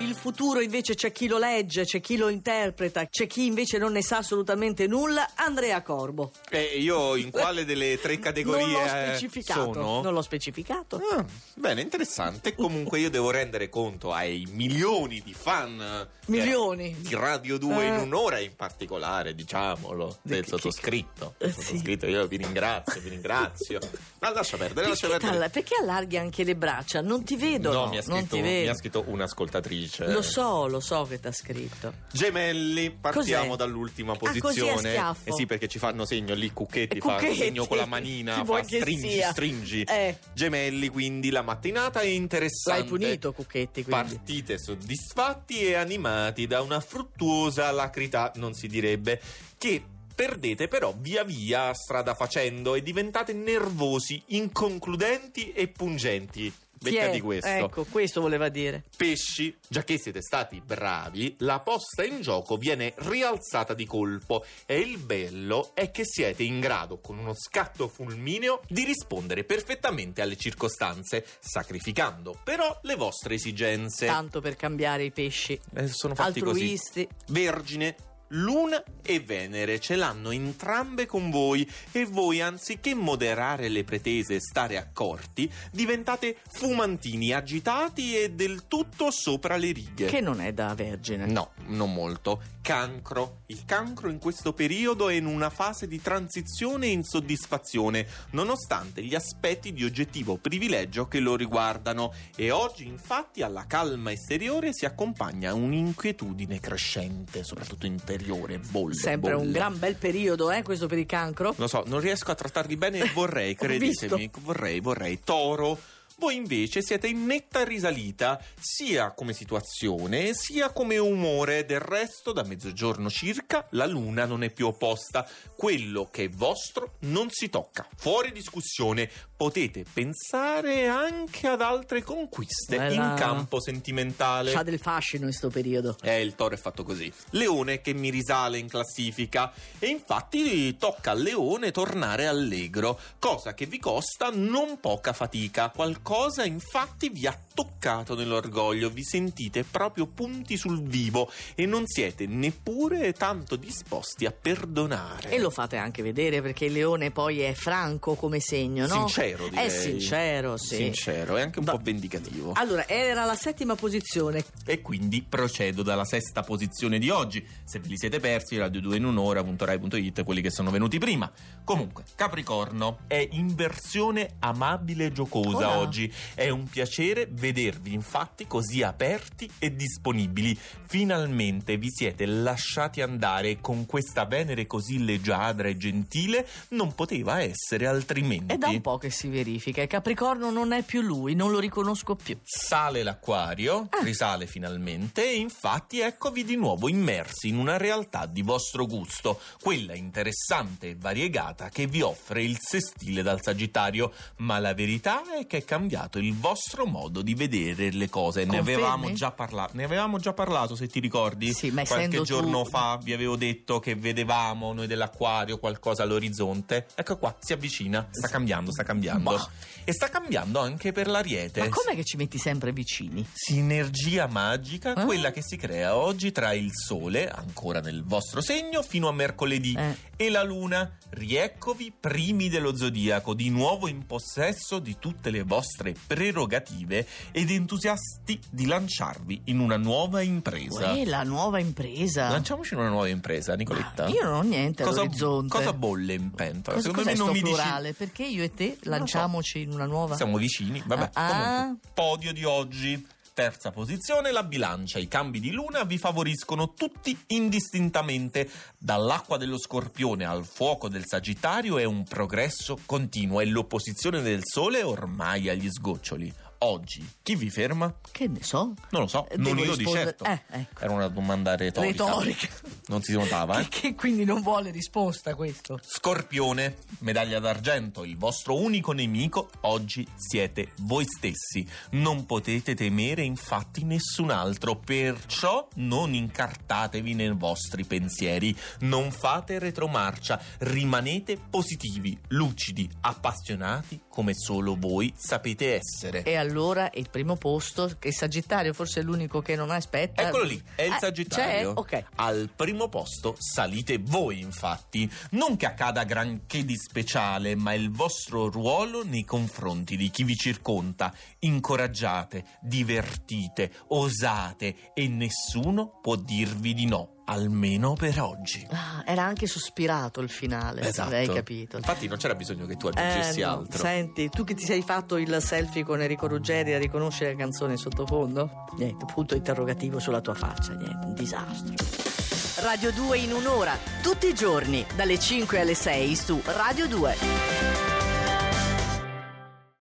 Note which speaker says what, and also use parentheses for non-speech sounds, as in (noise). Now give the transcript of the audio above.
Speaker 1: Il futuro invece c'è chi lo legge, c'è chi lo interpreta, c'è chi invece non ne sa assolutamente nulla, Andrea Corbo.
Speaker 2: Eh, io in quale delle tre categorie
Speaker 1: (laughs) non l'ho
Speaker 2: eh,
Speaker 1: specificato,
Speaker 2: sono?
Speaker 1: non l'ho specificato.
Speaker 2: Ah, bene, interessante. Comunque io devo rendere conto ai milioni di fan eh,
Speaker 1: Milioni.
Speaker 2: di Radio 2 in
Speaker 1: Eh.
Speaker 2: un'ora in particolare, diciamolo,
Speaker 1: Di
Speaker 2: del
Speaker 1: chi-
Speaker 2: sottoscritto.
Speaker 1: Eh, sì.
Speaker 2: sottoscritto, io vi ringrazio, vi ringrazio. Ma lascia perdere, lascia
Speaker 1: Perché, t'all-
Speaker 2: perdere.
Speaker 1: perché allarghi anche le braccia? Non ti vedo,
Speaker 2: No, mi ha
Speaker 1: non
Speaker 2: scritto,
Speaker 1: ti
Speaker 2: mi
Speaker 1: vedo.
Speaker 2: ha scritto eh. un'ascoltatrice.
Speaker 1: Lo so, lo so che t'ha scritto.
Speaker 2: Gemelli, partiamo
Speaker 1: Cos'è?
Speaker 2: dall'ultima
Speaker 1: Ah, così a
Speaker 2: posizione.
Speaker 1: schiaffo.
Speaker 2: eh sì, perché ci fanno segno lì, Cucchetti
Speaker 1: Eh,
Speaker 2: fa
Speaker 1: Cucchetti.
Speaker 2: segno con la
Speaker 1: Chi (laughs)
Speaker 2: manina,
Speaker 1: vuoi
Speaker 2: fa
Speaker 1: che
Speaker 2: stringi,
Speaker 1: sia.
Speaker 2: stringi.
Speaker 1: Eh.
Speaker 2: Gemelli, quindi la mattinata è interessante.
Speaker 1: L'hai punito, Cucchetti, quindi.
Speaker 2: Partite soddisfatti e animati da una fruttuosa alacrità, non si direbbe, che perdete però via via strada facendo e diventate nervosi, inconcludenti e pungenti.
Speaker 1: Chi
Speaker 2: Becca
Speaker 1: è?
Speaker 2: di questo.
Speaker 1: Ecco, questo voleva dire.
Speaker 2: Pesci, già che siete stati bravi, la posta in gioco viene rialzata di colpo e il bello è che siete in grado, con uno scatto fulmineo, di rispondere perfettamente alle circostanze, sacrificando però le vostre esigenze.
Speaker 1: Tanto per cambiare i pesci.
Speaker 2: Eh, sono fatti così.
Speaker 1: Altruisti.
Speaker 2: Vergine, Luna e Venere ce l'hanno entrambe con voi e voi, anziché moderare le pretese e stare accorti, diventate fumantini, agitati e del tutto sopra le righe.
Speaker 1: Che non è da vergine.
Speaker 2: No, non molto. Cancro. Il cancro in questo periodo è in una fase di transizione e insoddisfazione, nonostante gli aspetti di oggettivo privilegio che lo riguardano. E oggi, infatti, alla calma esteriore si accompagna un'inquietudine crescente, soprattutto interiore, bolle.
Speaker 1: Sempre un
Speaker 2: bolle.
Speaker 1: gran bel periodo, eh, questo per il cancro.
Speaker 2: Lo so, non riesco a trattarli bene
Speaker 1: (laughs)
Speaker 2: e vorrei,
Speaker 1: Ho visto.
Speaker 2: credetemi, vorrei, vorrei. Toro, voi invece siete in netta risalita, sia come situazione, sia come umore. Del resto, da mezzogiorno circa, la luna non è più opposta. Quello che è vostro non si tocca, fuori discussione. Potete pensare anche ad altre conquiste
Speaker 1: Bella.
Speaker 2: in campo sentimentale.
Speaker 1: C'ha del fascino in sto periodo.
Speaker 2: Eh, il toro è fatto così. Leone che mi risale in classifica. E infatti tocca al leone tornare allegro, cosa che vi costa non poca fatica. Qualcosa infatti vi ha toccato nell'orgoglio, vi sentite proprio punti sul vivo e non siete neppure tanto disposti a perdonare.
Speaker 1: E lo fate anche vedere perché il leone poi è franco come segno, no?
Speaker 2: Sincero, direi.
Speaker 1: È sincero, sì.
Speaker 2: Sincero e anche un
Speaker 1: Da-
Speaker 2: po' vendicativo.
Speaker 1: Allora, era la settima posizione.
Speaker 2: E quindi procedo dalla sesta posizione di oggi. Se ve li siete persi, radio 2 in un'ora.rai.it, quelli che sono venuti prima. Comunque, Capricorno è in versione amabile e giocosa
Speaker 1: Ora.
Speaker 2: oggi. È un piacere vedervi infatti così aperti e disponibili. Finalmente vi siete lasciati andare e con questa Venere così leggiadra e gentile, non poteva essere altrimenti.
Speaker 1: È da un po' che si verifica. Il Capricorno non è più lui, non lo riconosco più.
Speaker 2: Sale l'acquario,
Speaker 1: Ah.
Speaker 2: risale finalmente e infatti eccovi di nuovo immersi in una realtà di vostro gusto, quella interessante e variegata che vi offre il sestile dal Sagittario, ma la verità è che è cambiato il vostro modo di vedere le cose. Ne
Speaker 1: Confermi?
Speaker 2: avevamo già parlato, ne avevamo già parlato se ti ricordi,
Speaker 1: Sì, ma
Speaker 2: qualche
Speaker 1: essendo
Speaker 2: giorno
Speaker 1: tu-
Speaker 2: fa vi avevo detto che vedevamo noi dell'acquario qualcosa all'orizzonte. Ecco qua, si avvicina, sta cambiando, sta cambiando.
Speaker 1: Bah.
Speaker 2: E sta cambiando anche per l'ariete.
Speaker 1: Ma com'è che ci metti sempre vicini?
Speaker 2: Sinergia magica,
Speaker 1: Ah.
Speaker 2: quella che si crea oggi tra il Sole, ancora nel vostro segno, fino a mercoledì,
Speaker 1: Eh.
Speaker 2: e la Luna. Rieccovi primi dello zodiaco, di nuovo in possesso di tutte le vostre prerogative ed entusiasti di lanciarvi in una nuova impresa.
Speaker 1: Uè, la nuova impresa.
Speaker 2: Lanciamoci in una nuova impresa, Nicoletta.
Speaker 1: Ma io non ho niente
Speaker 2: cosa,
Speaker 1: all'orizzonte.
Speaker 2: cosa bolle in pentola?
Speaker 1: Cosa, cos'è
Speaker 2: Secondo me
Speaker 1: sto
Speaker 2: non mi dici
Speaker 1: plurale? Perché io e te
Speaker 2: lo so.
Speaker 1: lanciamoci in una nuova?
Speaker 2: Siamo vicini, vabbè.
Speaker 1: Ah, ah.
Speaker 2: Comunque, podio di oggi. Terza posizione, la bilancia. I cambi di luna vi favoriscono tutti indistintamente. Dall'acqua dello scorpione al fuoco del sagittario è un progresso continuo e l'opposizione del sole è ormai agli sgoccioli. oggi, chi vi ferma?
Speaker 3: Che ne so?
Speaker 2: Non lo so,
Speaker 3: Eh,
Speaker 2: non
Speaker 3: devo
Speaker 2: io
Speaker 3: rispondere-
Speaker 2: di certo.
Speaker 3: eh, ecco.
Speaker 2: Era una domanda retorica.
Speaker 3: Retorica.
Speaker 2: Non si notava, eh?
Speaker 3: Che quindi non vuole risposta questo.
Speaker 2: Scorpione, medaglia d'argento, il vostro unico nemico oggi siete voi stessi. Non potete temere infatti nessun altro, perciò non incartatevi nei vostri pensieri, non fate retromarcia, rimanete positivi, lucidi, appassionati come solo voi sapete essere.
Speaker 1: E allora il primo posto, che il Sagittario forse è l'unico che non aspetta.
Speaker 2: Eccolo lì, è il
Speaker 1: Eh,
Speaker 2: Sagittario.
Speaker 1: c'è? Ok.
Speaker 2: Al primo posto salite voi, infatti. Non che accada granché di speciale, ma il vostro ruolo nei confronti di chi vi circonda. Incoraggiate, divertite, osate e nessuno può dirvi di no, almeno per oggi.
Speaker 1: Ah, era anche sospirato il finale,
Speaker 2: Esatto.
Speaker 1: hai capito.
Speaker 2: Infatti non c'era bisogno che tu
Speaker 1: Eh,
Speaker 2: aggiungessi
Speaker 1: no.
Speaker 2: altro.
Speaker 1: Senti, tu che ti sei fatto il selfie con Enrico Ruggeri a riconoscere la canzone in sottofondo? Niente, punto interrogativo sulla tua faccia, niente, un disastro. Radio 2 in un'ora, tutti i giorni, dalle 5 alle 6 su Radio 2.